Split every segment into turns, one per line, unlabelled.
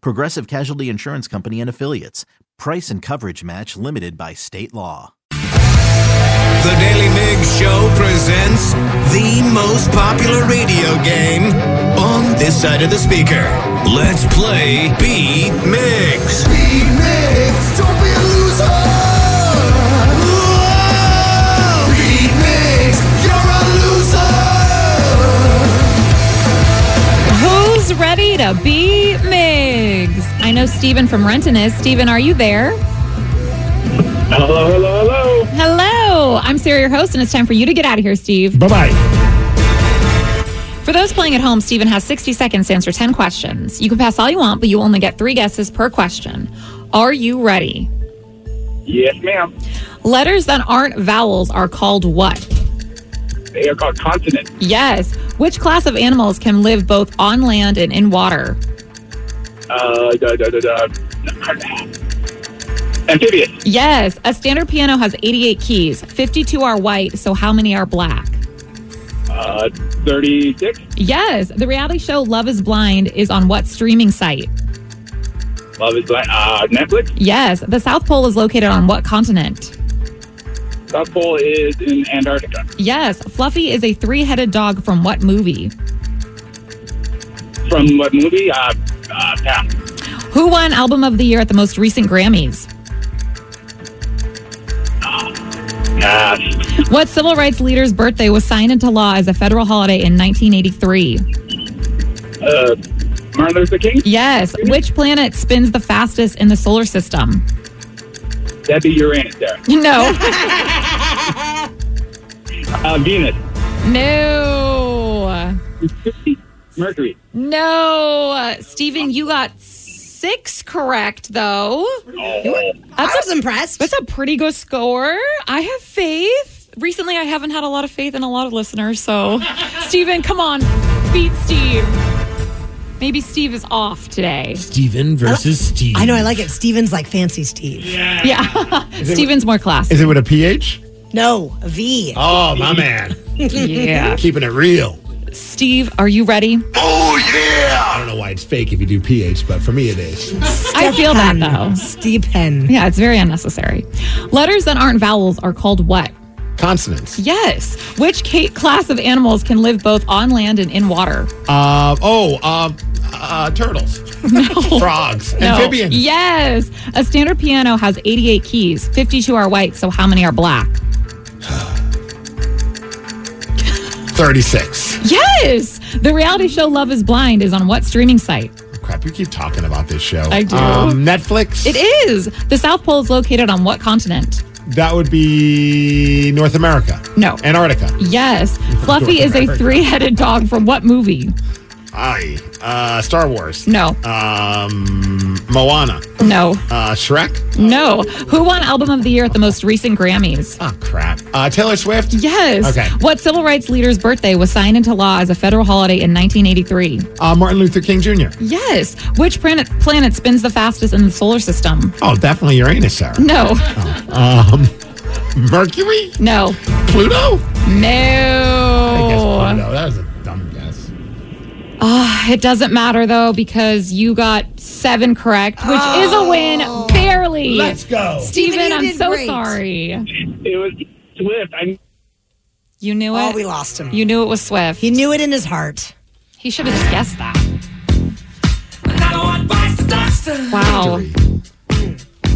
Progressive Casualty Insurance Company and Affiliates. Price and coverage match limited by state law.
The Daily Mix Show presents the most popular radio game on this side of the speaker. Let's play Beat Mix. Beat Mix, don't be a loser. Beat Mix, you're a loser.
Who's ready to beat Migs? I know Steven from Renton is. Steven, are you there?
Hello, hello, hello.
Hello. I'm Sarah, your host, and it's time for you to get out of here, Steve.
Bye bye.
For those playing at home, Steven has 60 seconds to answer 10 questions. You can pass all you want, but you only get three guesses per question. Are you ready?
Yes, ma'am.
Letters that aren't vowels are called what?
They are called continent.
Yes. Which class of animals can live both on land and in water?
Uh, da, da, da, da. Amphibious.
Yes. A standard piano has 88 keys. 52 are white, so how many are black?
Uh, 36.
Yes, the reality show Love is Blind is on what streaming site?
Love is Blind. Uh, Netflix.
Yes, the South Pole is located on what continent?
South Pole is in Antarctica.
Yes, Fluffy is a three headed dog from what movie?
From what movie? Uh, uh, Pam.
Who won Album of the Year at the most recent Grammys?
Pass.
What civil rights leader's birthday was signed into law as a federal holiday in 1983?
Uh, Martin Luther King.
Yes, which planet spins the fastest in the solar system?
That'd be Uranus there.
No,
Uh, Venus.
no,
Mercury.
no. uh, Steven, you got six correct, though.
Oh,
That's
I was impressed.
That's a pretty good score. I have faith. Recently, I haven't had a lot of faith in a lot of listeners. So, Steven, come on, beat Steve. Maybe Steve is off today.
Steven versus Steve.
I know I like it. Steven's like fancy Steve.
Yeah. Steven's more class.
Is it with a PH?
No, a V.
Oh, my man.
Yeah.
Keeping it real.
Steve, are you ready?
I don't know why it's fake if you do PH, but for me it is.
I feel that though.
Stephen.
Yeah, it's very unnecessary. Letters that aren't vowels are called what?
Consonants.
Yes. Which ca- class of animals can live both on land and in water?
Uh, oh, um, uh, turtles. Frogs.
No.
Amphibians.
Yes. A standard piano has 88 keys. 52 are white, so how many are black?
36.
Yes. The reality show Love is Blind is on what streaming site?
Crap, you keep talking about this show.
I do.
Um, Netflix.
It is. The South Pole is located on what continent?
That would be North America.
No.
Antarctica.
Yes. Fluffy is a three headed dog from what movie?
I. Uh, Star Wars.
No.
Um, Moana.
No.
Uh, Shrek.
No. Who won Album of the Year at the most recent Grammys?
Oh, crap. Uh, Taylor Swift.
Yes.
Okay.
What civil rights leader's birthday was signed into law as a federal holiday in 1983?
Uh, Martin Luther King Jr.
Yes. Which planet planet spins the fastest in the solar system?
Oh, definitely Uranus, Sarah.
No.
Um,
Mm.
Mercury?
No.
Pluto? I guess
oh,
No.
Pluto. That was a dumb guess.
It doesn't matter though because you got seven correct, which is a win barely.
Let's go.
Steven,
Steven, you
I'm
did
so
great.
sorry.
Oh, it was Swift. I
You knew it.
Oh, we lost him.
You knew it was Swift.
He knew it in his heart.
He should have just guessed that. Wow. I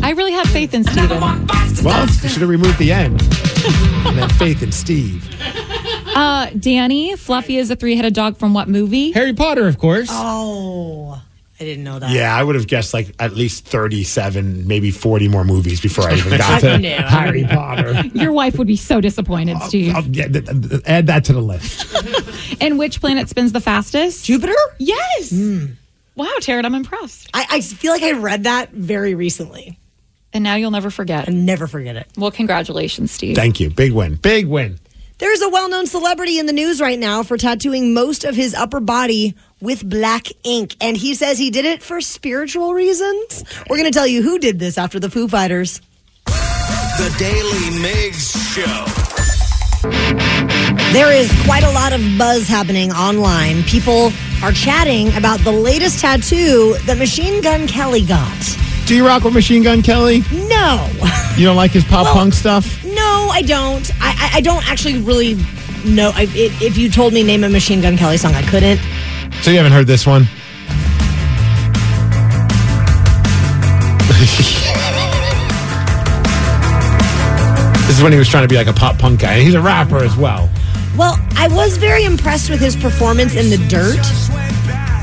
I really have faith in Steven.
Well, you should have removed the end. and then Faith and Steve.
Uh, Danny, Fluffy is a three headed dog from what movie?
Harry Potter, of course.
Oh, I didn't know that.
Yeah, I would have guessed like at least 37, maybe 40 more movies before I even got
I
to
knew.
Harry Potter.
Your wife would be so disappointed, Steve.
I'll get- th- th- add that to the list.
And which planet spins the fastest?
Jupiter?
Yes. Wow, Tarot, I'm impressed.
I, I feel like I read that very recently.
And now you'll never forget.
I never forget it.
Well, congratulations, Steve.
Thank you. Big win. Big win.
There's a well known celebrity in the news right now for tattooing most of his upper body with black ink. And he says he did it for spiritual reasons. We're going to tell you who did this after the Foo Fighters.
The Daily Migs Show.
There is quite a lot of buzz happening online. People are chatting about the latest tattoo that Machine Gun Kelly got.
Do you rock with Machine Gun Kelly?
No,
You don't like his pop
Well-
punk stuff?
no, I don't. I, I, I don't actually really know. I, it, if you told me name a Machine Gun Kelly song, I couldn't.
So you haven't heard this one? this is when he was trying to be like a pop punk guy. And he's a rapper as well.
Well, I was very impressed with his performance in The Dirt.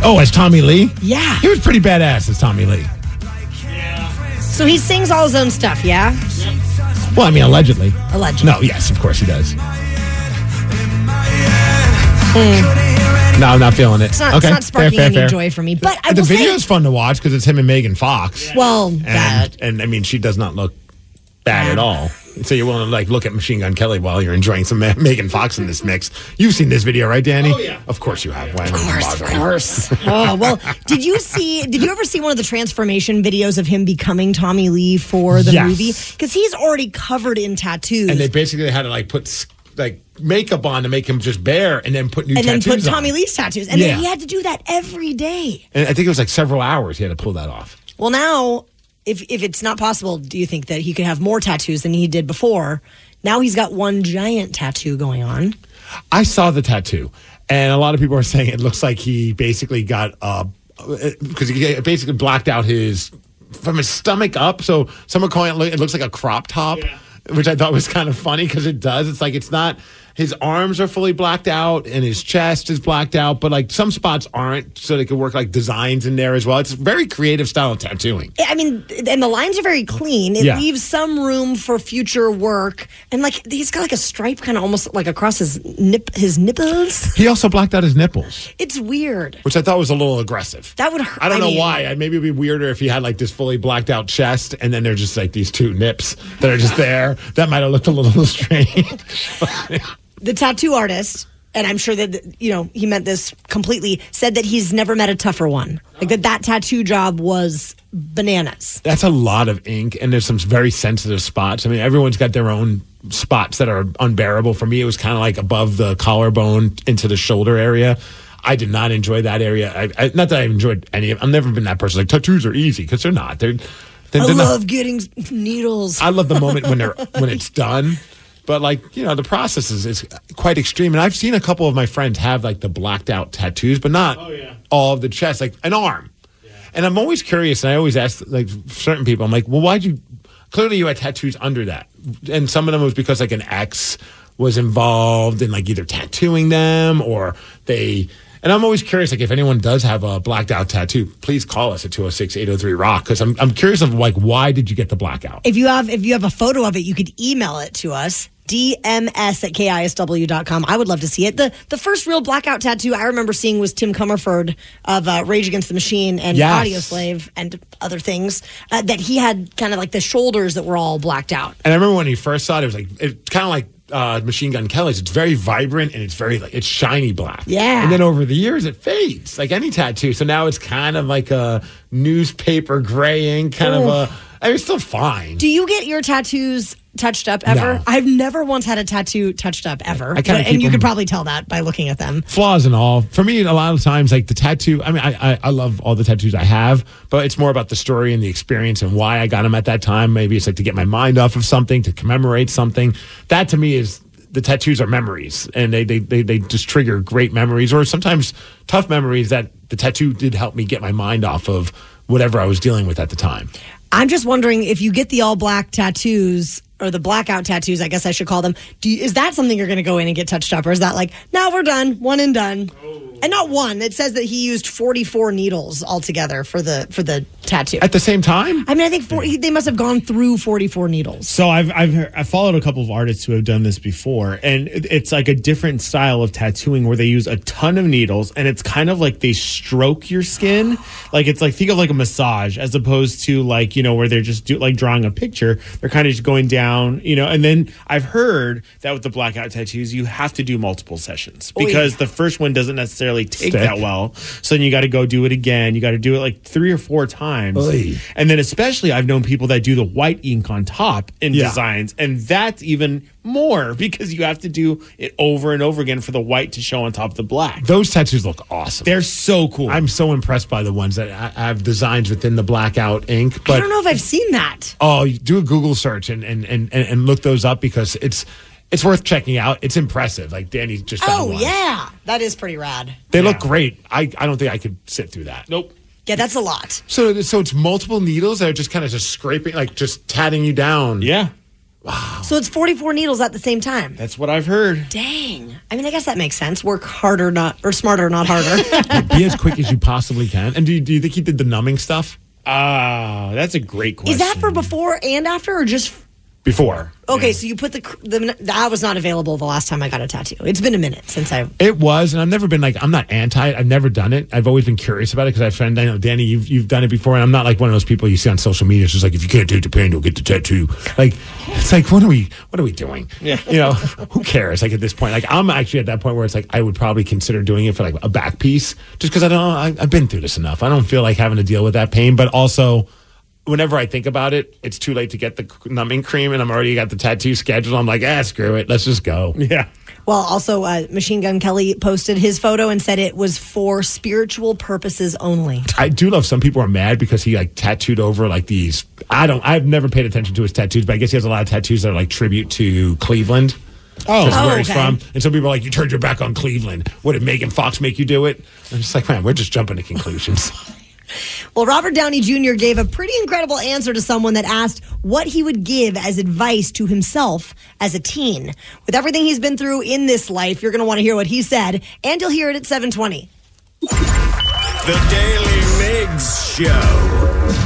Oh, as Tommy Lee?
Yeah.
He was pretty badass as Tommy Lee.
So he sings all his own stuff, yeah?
Well, I mean, allegedly.
Allegedly.
No, yes, of course he does. No, I'm not feeling it.
Hmm. It's not,
okay.
it's not sparking
fair, fair,
any
fair.
joy for me. But I
the
will say-
video's fun to watch because it's him and Megan Fox.
well,
and,
that.
and I mean, she does not look bad at all. So you're willing to like look at Machine Gun Kelly while you're enjoying some Ma- Megan Fox in this mix. You've seen this video, right, Danny? Oh yeah. Of course you have. Why of
Of course. oh, well, did you see, did you ever see one of the transformation videos of him becoming Tommy Lee for the
Yes.
movie? Because he's already covered in tattoos.
And they basically had to like put s- like makeup on to make him just bare, and then put new
And then
tattoos
put
on.
Tommy Lee's tattoos. And
Yeah.
then he had to do that every day.
And I think it was like several hours he had to pull that off.
Well, now, if, if it's not possible, do you think that he could have more tattoos than he did before? Now he's got one giant tattoo going on.
I saw the tattoo, and a lot of people are saying it looks like he basically got uh because he basically blacked out his from his stomach up. So someone calling it lo- it looks like a crop top, which I thought was kind of funny because it does. It's like it's not. His arms are fully blacked out and his chest is blacked out, but like some spots aren't, so they could work like designs in there as well. It's a very creative style of tattooing.
I mean, and the lines are very clean. It
Yeah.
leaves some room for future work, and like he's got like a stripe, kind of almost like across his nip, his nipples.
He also blacked out his nipples,
It's weird.
which I thought was a little aggressive.
That would hurt.
I don't know
mean,
why. I- Maybe it'd be weirder if he had like this fully blacked out chest, and then they're just like these two nips that are just there. That might have looked a little strange.
The tattoo artist, and I'm sure that you know he meant this completely. Said that he's never met a tougher one. Like that, that tattoo job was bananas.
That's a lot of ink, and there's some very sensitive spots. I mean, everyone's got their own spots that are unbearable. For me, it was kind of like above the collarbone into the shoulder area. I did not enjoy that area. I, I, not that I enjoyed any. of I've never been that person. Like tattoos are easy because they're not. They're. they're,
I
they're not-
love getting needles.
I love the moment when they're when it's done. But like you know, the process is, is quite extreme, and I've seen a couple of my friends have like the blacked out tattoos, but not all of the chest, like an arm. And I'm always curious, and I always ask like certain people, I'm like, well, why'd you? Clearly, you had tattoos under that, and some of them was because like an ex was involved in like either tattooing them or they. And I'm always curious, like if anyone does have a blacked out tattoo, please call us at 206-803 Rock because I'm I'm curious of like why did you get the blackout?
If you have if you have a photo of it, you could email it to us. DMS at KISW.com. I would love to see it. The the first real blackout tattoo I remember seeing was Tim Comerford of uh, Rage Against the Machine and
Yes.
Audio Slave and other things uh, that he had kind of like the shoulders that were all blacked out.
And I remember when he first saw it, it was like it's kind of like uh, Machine Gun Kelly's. It's very vibrant and it's very like it's shiny black.
Yeah.
And then over the years, it fades like any tattoo. So now it's kind of like a newspaper gray ink kind of a. I mean, it's still fine.
Do you get your tattoos touched up ever?
No.
I've never once had a tattoo touched up ever.
I kinda
But-
keep
and you
them-
could probably tell that by looking at them.
Flaws and all. For me, a lot of times, like the tattoo. I mean, I, I I love all the tattoos I have, but it's more about the story and the experience and why I got them at that time. Maybe it's like to get my mind off of something, to commemorate something. That to me is the tattoos are memories, and they they they, they just trigger great memories or sometimes tough memories that the tattoo did help me get my mind off of whatever I was dealing with at the time.
I'm just wondering if you get the all black tattoos or the blackout tattoos, I guess I should call them. Do you, is that something you're going to go in and get touched up, or is that like, now we're done, one and done,
Oh.
and not one? It says that he used 44 needles altogether for the for the tattoo.
At the same time?
I mean, I think 40, they must have gone through 44 needles.
So I've I've heard, I followed a couple of artists who have done this before, and it- it's like a different style of tattooing where they use a ton of needles, and it's kind of like they stroke your skin, like it's like think of like a massage as opposed to like you know where they're just do like drawing a picture. They're kind of just going down, you know. And then I've heard that with the blackout tattoos, you have to do multiple sessions
yeah.
because the first one doesn't necessarily take
Stick.
that well. So then you got to go do it again. You got to do it like three or four times.
Oy.
And then especially I've known people that do the white ink on top in
Yeah.
designs and that's even more because you have to do it over and over again for the white to show on top of the black.
Those tattoos look awesome.
They're so cool.
I'm so impressed by the ones that I, I have designs within the blackout ink. But
I don't know if I've seen that.
oh, you do a Google search and and, and and and look those up because it's it's worth checking out. It's impressive. Like Danny just found
Oh
one.
yeah, that is pretty rad.
they
Yeah.
look great. I I don't think I could sit through that.
nope.
Yeah, that's a lot.
So so it's multiple needles that are just kind of just scraping, like just tatting you down.
Yeah.
So it's 44 needles at the same time.
That's what I've heard.
Dang. I mean, I guess that makes sense. Work harder, not or smarter, not harder.
Be as quick as you possibly can. And do you, do you think he did the numbing stuff
Ah, that's a great question.
is that for before and after, or just?
before?
Okay, so you put the, cr- the that was not available the last time I got a tattoo. It's been a minute since I.
It was, and I've never been like I'm not anti it. I've never done it. I've always been curious about it because I've friend I know Danny, you've you've done it before, and I'm not like one of those people you see on social media. It's just like if you can't do Japan, you'll get the tattoo. Like it's like what are we what are we doing? Yeah, you know who cares? Like at this point, like I'm actually at that point where it's like I would probably consider doing it for like a back piece just because I don't. I, I've been through this enough. I don't feel like having to deal with that pain, but also. Whenever I think about it, it's too late to get the numbing cream, and I'm already got the tattoo scheduled. I'm like, ah, screw it, let's just go.
Yeah.
Well, also, uh, Machine Gun Kelly posted his photo and said it was for spiritual purposes only.
I do love some people are mad because he like tattooed over like these. I don't. I've never paid attention to his tattoos, but I guess he has a lot of tattoos that are like tribute to Cleveland. Oh,
Oh,
where he's
okay.
from. And some people are like, "You turned your back on Cleveland. What did Megan Fox make you do it?" I'm just like, man, we're just jumping to conclusions.
Well, Robert Downey Jr. gave a pretty incredible answer to someone that asked what he would give as advice to himself as a teen. With everything he's been through in this life, you're going to want to hear what he said, and you'll hear it at 720.
The Daily Migs Show.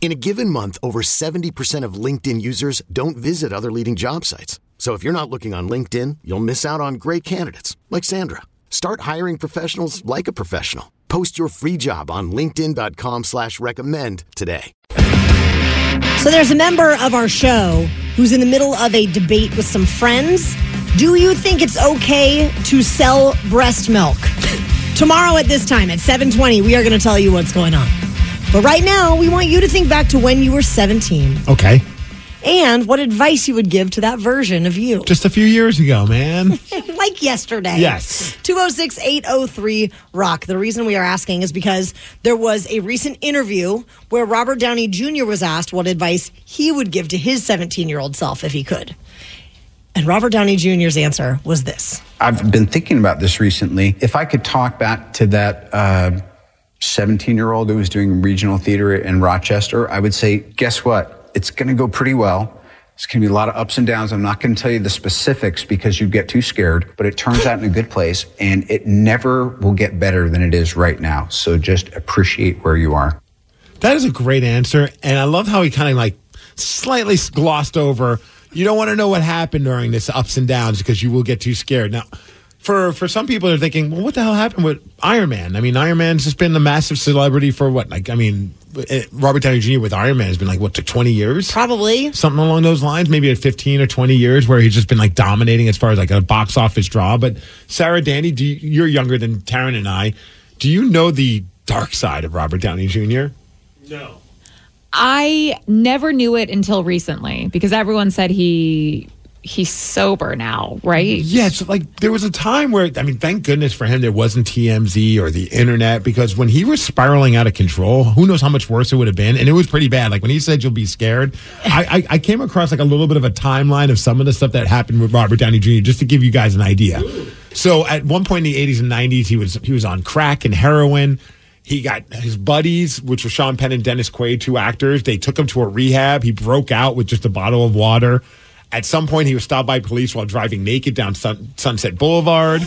In a given month, over 70% of LinkedIn users don't visit other leading job sites. So if you're not looking on LinkedIn, you'll miss out on great candidates like Sandra. Start hiring professionals like a professional. Post your free job on linkedin.com/recommend slash recommend today.
So there's a member of our show who's in the middle of a debate with some friends. Do you think it's okay to sell breast milk? Tomorrow at this time at 7:20, we are going to tell you what's going on. But right now, we want you to think back to when you were 17
okay,
and what advice you would give to that version of you.
just a few years ago, man.
like yesterday.
Yes.
206 803 Rock. The reason we are asking is because there was a recent interview where Robert Downey Jr. was asked what advice he would give to his 17 year old self if he could. And Robert Downey Jr.'s answer was this.
I've been thinking about this recently. If I could talk back to that 17 year old who was doing regional theater in Rochester, I would say, guess what? It's going to go pretty well. It's going to be a lot of ups and downs. I'm not going to tell you the specifics because you get too scared, but it turns out in a good place and it never will get better than it is right now. So just appreciate where you are.
That is a great answer, and I love how he kind of like slightly glossed over. You don't want to know what happened during this ups and downs because you will get too scared. Now, for for some people, they're thinking, well, what the hell happened with Iron Man? I mean, Iron Man's just been a massive celebrity for what? Like, I mean, eh, Robert Downey Jr. with Iron Man has been like what, like twenty years?
Probably
something along those lines. Maybe at fifteen or twenty years, where he's just been like dominating as far as like a box office draw. But Sarah, Danny, do you, you're younger than Taryn and I. Do you know the dark side of Robert Downey Jr.?
No.
I never knew it until recently because everyone said he he's sober now,
Mm,
right?
Yeah, it's like there was a time where I mean, thank goodness for him there wasn't TMZ or the internet because when he was spiraling out of control, who knows how much worse it would have been, and it was pretty bad. Like when he said you'll be scared, I, I, I came across like a little bit of a timeline of some of the stuff that happened with Robert Downey Jr. just to give you guys an idea. So at one point in the eighties and nineties, he was he was on crack and heroin. He got his buddies, which were Sean Penn and Dennis Quaid, two actors. They took him to a rehab. He broke out with just a bottle of water. At some point, he was stopped by police while driving naked down Sun- Sunset Boulevard.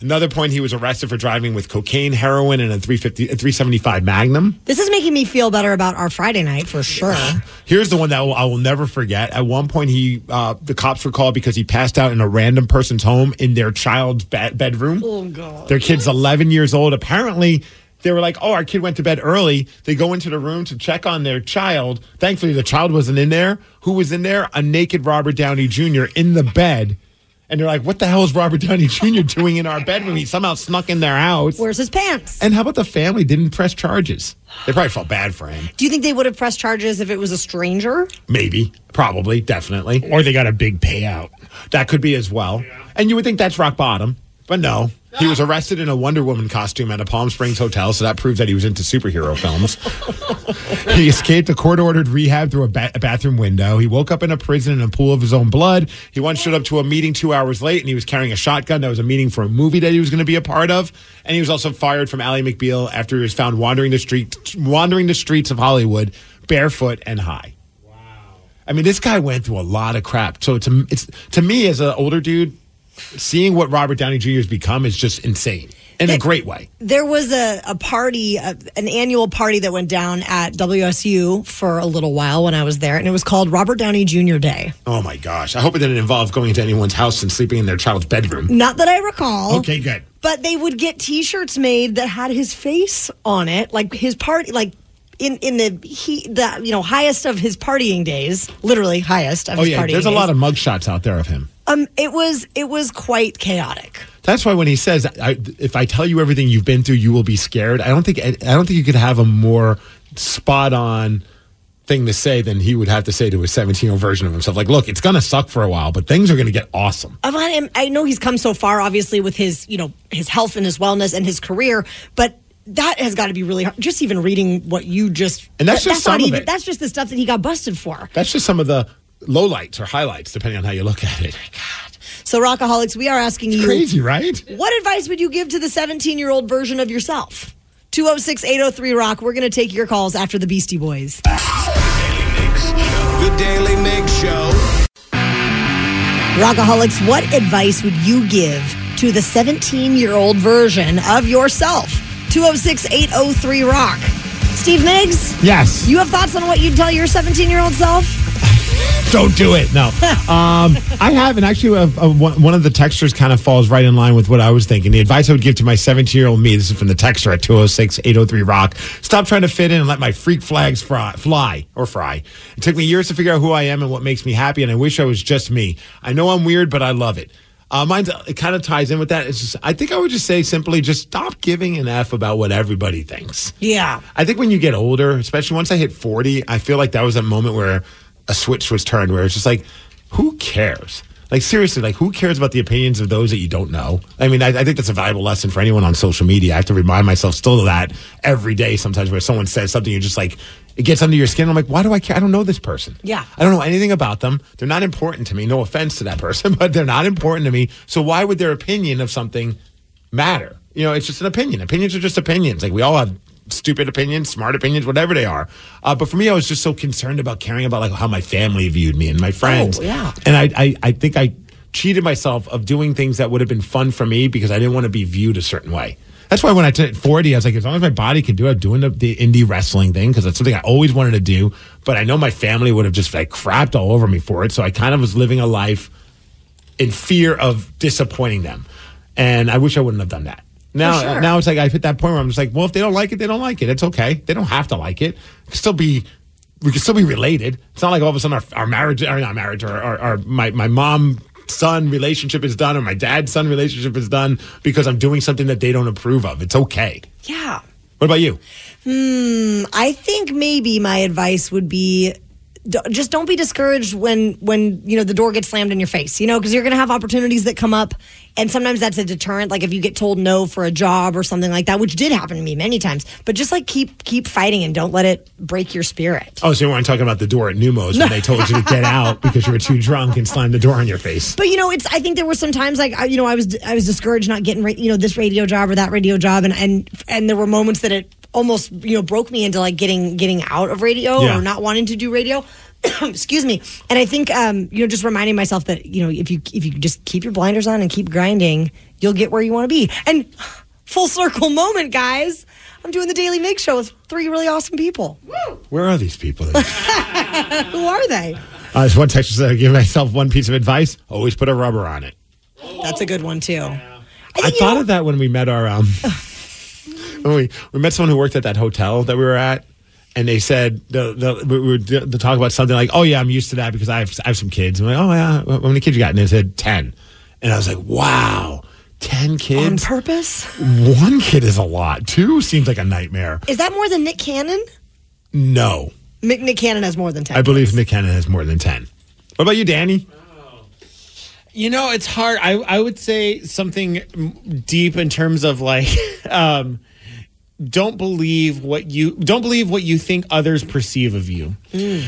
Another point, he was arrested for driving with cocaine, heroin, and a 350, a 375 Magnum.
This is making me feel better about our Friday night for sure.
Here's the one that I will, I will never forget. At one point, he uh, the cops were called because he passed out in a random person's home in their child's ba- bedroom.
Oh, God.
Their kid's 11 years old. Apparently, they were like, oh, our kid went to bed early. They go into the room to check on their child. Thankfully, the child wasn't in there. Who was in there? A naked Robert Downey Jr. in the bed. And they're like, what the hell is Robert Downey Jr. doing in our bedroom? He somehow snuck in their house.
Where's his pants?
And how about the family didn't press charges? They probably felt bad for him.
Do you think they would have pressed charges if it was a stranger?
Maybe, probably, definitely.
Or they got a big payout.
That could be as well. And you would think that's rock bottom, but no. He was arrested in a Wonder Woman costume at a Palm Springs hotel, so that proves that he was into superhero films. he escaped a court ordered rehab through a, ba- a bathroom window. He woke up in a prison in a pool of his own blood. He once showed up to a meeting two hours late and he was carrying a shotgun. That was a meeting for a movie that he was going to be a part of. And he was also fired from Ally McBeal after he was found wandering the street, wandering the streets of Hollywood barefoot and high. I mean, this guy went through a lot of crap. So to it's to me as an older dude, seeing what Robert Downey Jr. has become is just insane in a great way.
There was a, a party, a, an annual party that went down at WSU for a little while when I was there, and it was called Robert Downey Jr. Day.
Oh my gosh! I hope it didn't involve going into anyone's house and sleeping in their child's bedroom.
Not that I recall.
Okay, good.
But they would get T-shirts made that had his face on it, like his party, like in in the he the you know highest of his partying days, literally highest of
Oh
his
yeah,
partying
there's a
days.
lot of mugshots out there of him.
Um, it was it was quite chaotic.
That's why when he says, I, "If I tell you everything you've been through, you will be scared," I don't think I don't think you could have a more spot on thing to say than he would have to say to his 17 year old version of himself. Like, look, it's gonna suck for a while, but things are gonna get awesome.
I want him. I know he's come so far, obviously, with his you know his health and his wellness and his career, but that has got to be really hard. Just even reading what you just
And that's just
not
some of
even-
it.
That's just the stuff that he got busted for.
That's just some of the lowlights or highlights, depending on how you look at it.
So, rockaholics, we are asking you
Crazy, right?
What advice would you give to the 17 year old version of yourself? 206 803 Rock. We're going to take your calls after the Beastie Boys.
The Daily Mix Show.
Rockaholics, what advice would you give to the 17 year old version of yourself? 206 803 Rock. Steve Miggs?
Yes.
You have thoughts on what you'd tell your 17 year old self?
Don't do it. No. Um, I have, and actually, uh uh one one of the textures kind of falls right in line with what I was thinking. The advice I would give to my 17 year old me this is from the texter at 206 803 Rock stop trying to fit in and let my freak flags fry, fly or fry. It took me years to figure out who I am and what makes me happy, and I wish I was just me. I know I'm weird, but I love it. Uh, mine it kind of ties in with that. It's just, I think I would just say simply just stop giving an F about what everybody thinks.
Yeah.
I think when you get older, especially once I hit 40, I feel like that was a moment where a switch was turned where it's just like, who cares? Like seriously, like who cares about the opinions of those that you don't know? I mean, I, I think that's a valuable lesson for anyone on social media. I have to remind myself still of that every day. Sometimes where someone says something, you're just like, it gets under your skin. I'm like, why do I care? I don't know this person.
Yeah.
I don't know anything about them. They're not important to me. No offense to that person, but they're not important to me. So why would their opinion of something matter? You know, it's just an opinion. Opinions are just opinions. Like we all have stupid opinions, smart opinions, whatever they are. Uh, but for me, I was just so concerned about caring about like how my family viewed me and my friends.
yeah.
And I, I, I think I cheated myself of doing things that would have been fun for me because I didn't want to be viewed a certain way. That's why when I turned 40, I was like, as long as my body can do it, I'm doing the, the indie wrestling thing because that's something I always wanted to do. But I know my family would have just like crapped all over me for it. So I kind of was living a life in fear of disappointing them. And I wish I wouldn't have done that. Now,
sure.
now it's like I've hit that point where I'm just like, well, if they don't like it, they don't like it. It's okay. They don't have to like it. It can still be, we can still be related. It's not like all of a sudden our, our marriage, or not marriage, or, or, or my, my mom son relationship is done, or my dad son relationship is done because I'm doing something that they don't approve of. It's okay.
Yeah.
What about you?
Hmm. I think maybe my advice would be d- just don't be discouraged when when you know the door gets slammed in your face. You know, because you're going to have opportunities that come up, and sometimes that's a deterrent. Like if you get told no for a job or something like that, which did happen to me many times. But just like keep keep fighting and don't let it break your spirit.
Oh, so you weren't talking about the door at Numos when they told you to get out because you were too drunk and slammed the door on your face.
But you know, it's. I think there were some times like I, you know I was I was discouraged not getting ra- you know this radio job or that radio job, and and and there were moments that it almost you know broke me into like getting getting out of radio
Yeah.
or not wanting to do radio. Excuse me. And I think um, you know just reminding myself that you know if you if you just keep your blinders on and keep grinding, you'll get where you want to be. And full circle moment, guys. I'm doing the Daily Mix show with three really awesome people.
Where are these people?
Who are they?
Uh, there's one texter said, I give myself one piece of advice always put a rubber on it.
That's a good one too.
I, thought of that when we met our um when we, we met someone who worked at that hotel that we were at and they said the, the, we were d- to talk about something like oh yeah I'm used to that because I have I have some kids I'm like oh yeah wh- how many kids you got and they said 10 and I was like wow 10 kids
on purpose
one kid is a lot two seems like a nightmare
Is that more than Nick Cannon?
no
Nick, Nick Cannon has more than ten.
I believe Nick Cannon has more than 10 what about you Danny
Oh. You know, it's hard. I I would say something m- deep in terms of like, um, don't believe what you don't believe what you think others perceive of you,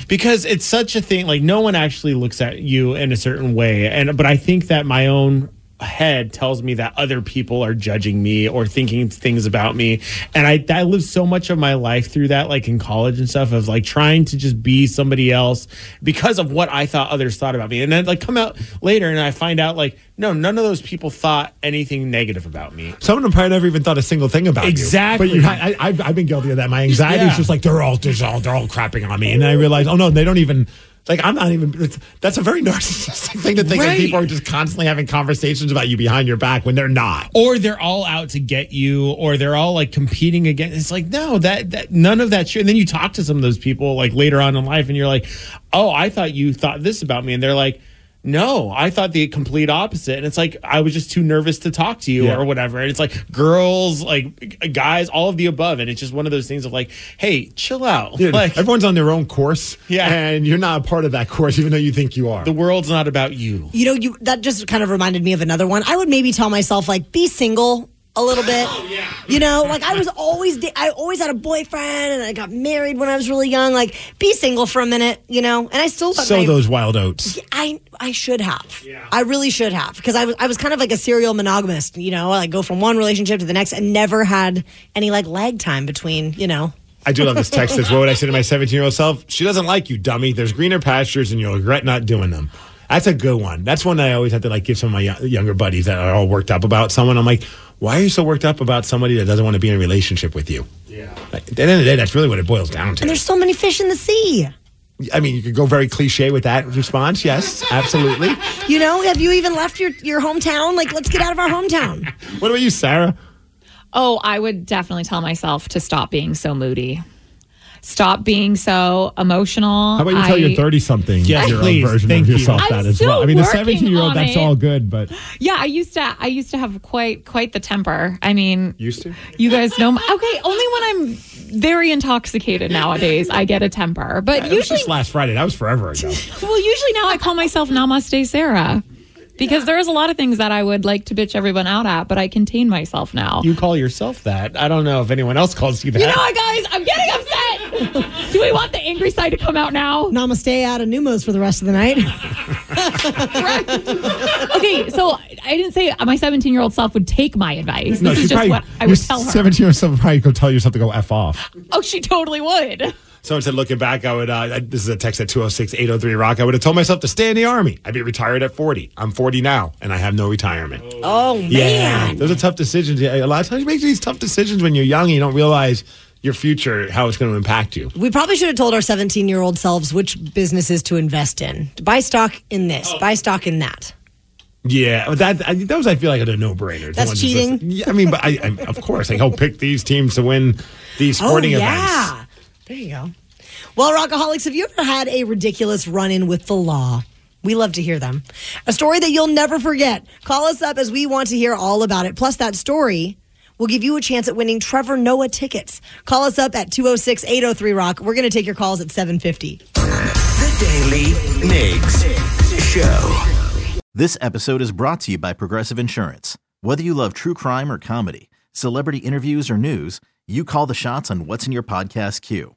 because it's such a thing. Like no one actually looks at you in a certain way, and but I think that my own head tells me that other people are judging me or thinking things about me and I, I lived so much of my life through that like in college and stuff of like trying to just be somebody else because of what I thought others thought about me and then like come out later and I find out like no none of those people thought anything negative about me
some of them probably never even thought a single thing about
Exactly.
you. But you, I, I've, I've been guilty of that. My anxiety is
Yeah.
just like they're all, they're all, they're all crapping on me, and then I realize, oh no, they don't even. Like I'm not even. It's, that's a very narcissistic thing to think that
Right.
people are just constantly having conversations about you behind your back when they're not.
or they're all out to get you or they're all like competing against it's like no that that none of that shit and then you talk to some of those people like later on in life and you're like oh i thought you thought this about me and they're like no i thought the complete opposite and it's like i was just too nervous to talk to you
Yeah.
or whatever and it's like girls like g- guys all of the above and it's just one of those things of like hey chill out
Dude,
like
everyone's on their own course, yeah, and you're not a part of that course, even though you think you are. The
world's not about you.
You know, you that just kind of reminded me of another one. I would maybe tell myself like be single a little bit.
Oh,
You know, like I was always da- I always had a boyfriend and I got married when I was really young. Like be single for a minute, you know. And I still let
Sow
my-
those wild oats.
I I should have. I really should have because I was I was kind of like a serial monogamist, you know, I like go from one relationship to the next and never had any like lag time between, you know.
I do love this text. That's what would I say to my 17 year old self? She doesn't like you, dummy. There's greener pastures, and you'll regret not doing them. That's a good one. That's one that I always have to like give some of my yo- younger buddies that are all worked up about someone. I'm like, why are you so worked up about somebody that doesn't want to be in a relationship with you? Yeah. At the end of the day, that's really what it boils down
And
to.
there's so many fish in the sea.
I mean, you could go very cliche with that response. Yes, absolutely.
You know, have you even left your, your hometown? Like, let's get out of our hometown.
what about you, Sarah?
Oh, I would definitely tell myself to stop being so moody. Stop being so emotional.
How about you tell
I-
your 30 something
Yeah,
year old
please.
version
Thank
of
you.
yourself
I'm
that as
still
well? I mean, the
working
17 year
on
old, that's
it.
all good, but
Yeah, I used to. I used to have quite quite the temper. I mean,
used to.
you guys know. My, okay, only when I'm very intoxicated nowadays, I get a temper. But
It was
usually,
just last Friday. That was forever ago.
well, usually now I call myself Namaste Sarah. because there is a lot of things that I would like to bitch everyone out at, but I contain myself now.
You call yourself that. I don't know if anyone else calls you that.
You know what, guys? I'm getting upset. Do we want the angry side to come out now?
Namaste out of Numos for the rest of the night.
okay, so I didn't say my 17 year old self would take my advice. this is just what I
your
would tell her.
17 or something probably go tell yourself to go F off.
Oh, she totally would.
Someone said, looking back, I would, uh, I- this is a text at 206 803 Rock. I would have told myself to stay in the Army. I'd be retired at 40. I'm 40 now, and I have no retirement.
Oh,
Yeah, those are tough decisions. Yeah, A lot of times you make these tough decisions when you're young and you don't realize your future, how it's going to impact you.
We probably should have told our 17 year old selves which businesses to invest in. Buy stock in this, buy stock in that.
Yeah, but that I, those I feel like are a no brainer.
That's cheating.
yeah, I mean, but I, I of course I go pick these teams to win these sporting
oh,
events.
yeah. There you go. Well, Rockaholics, have you ever had a ridiculous run in with the law? We love to hear them. A story that you'll never forget. Call us up as we want to hear all about it. Plus, that story will give you a chance at winning Trevor Noah tickets. Call us up at 206 803 Rock. We're going to take your calls at 750.
The Daily
Migs Show. This episode is brought to you by Progressive Insurance. Whether you love true crime or comedy, celebrity interviews or news, you call the shots on what's in your podcast queue.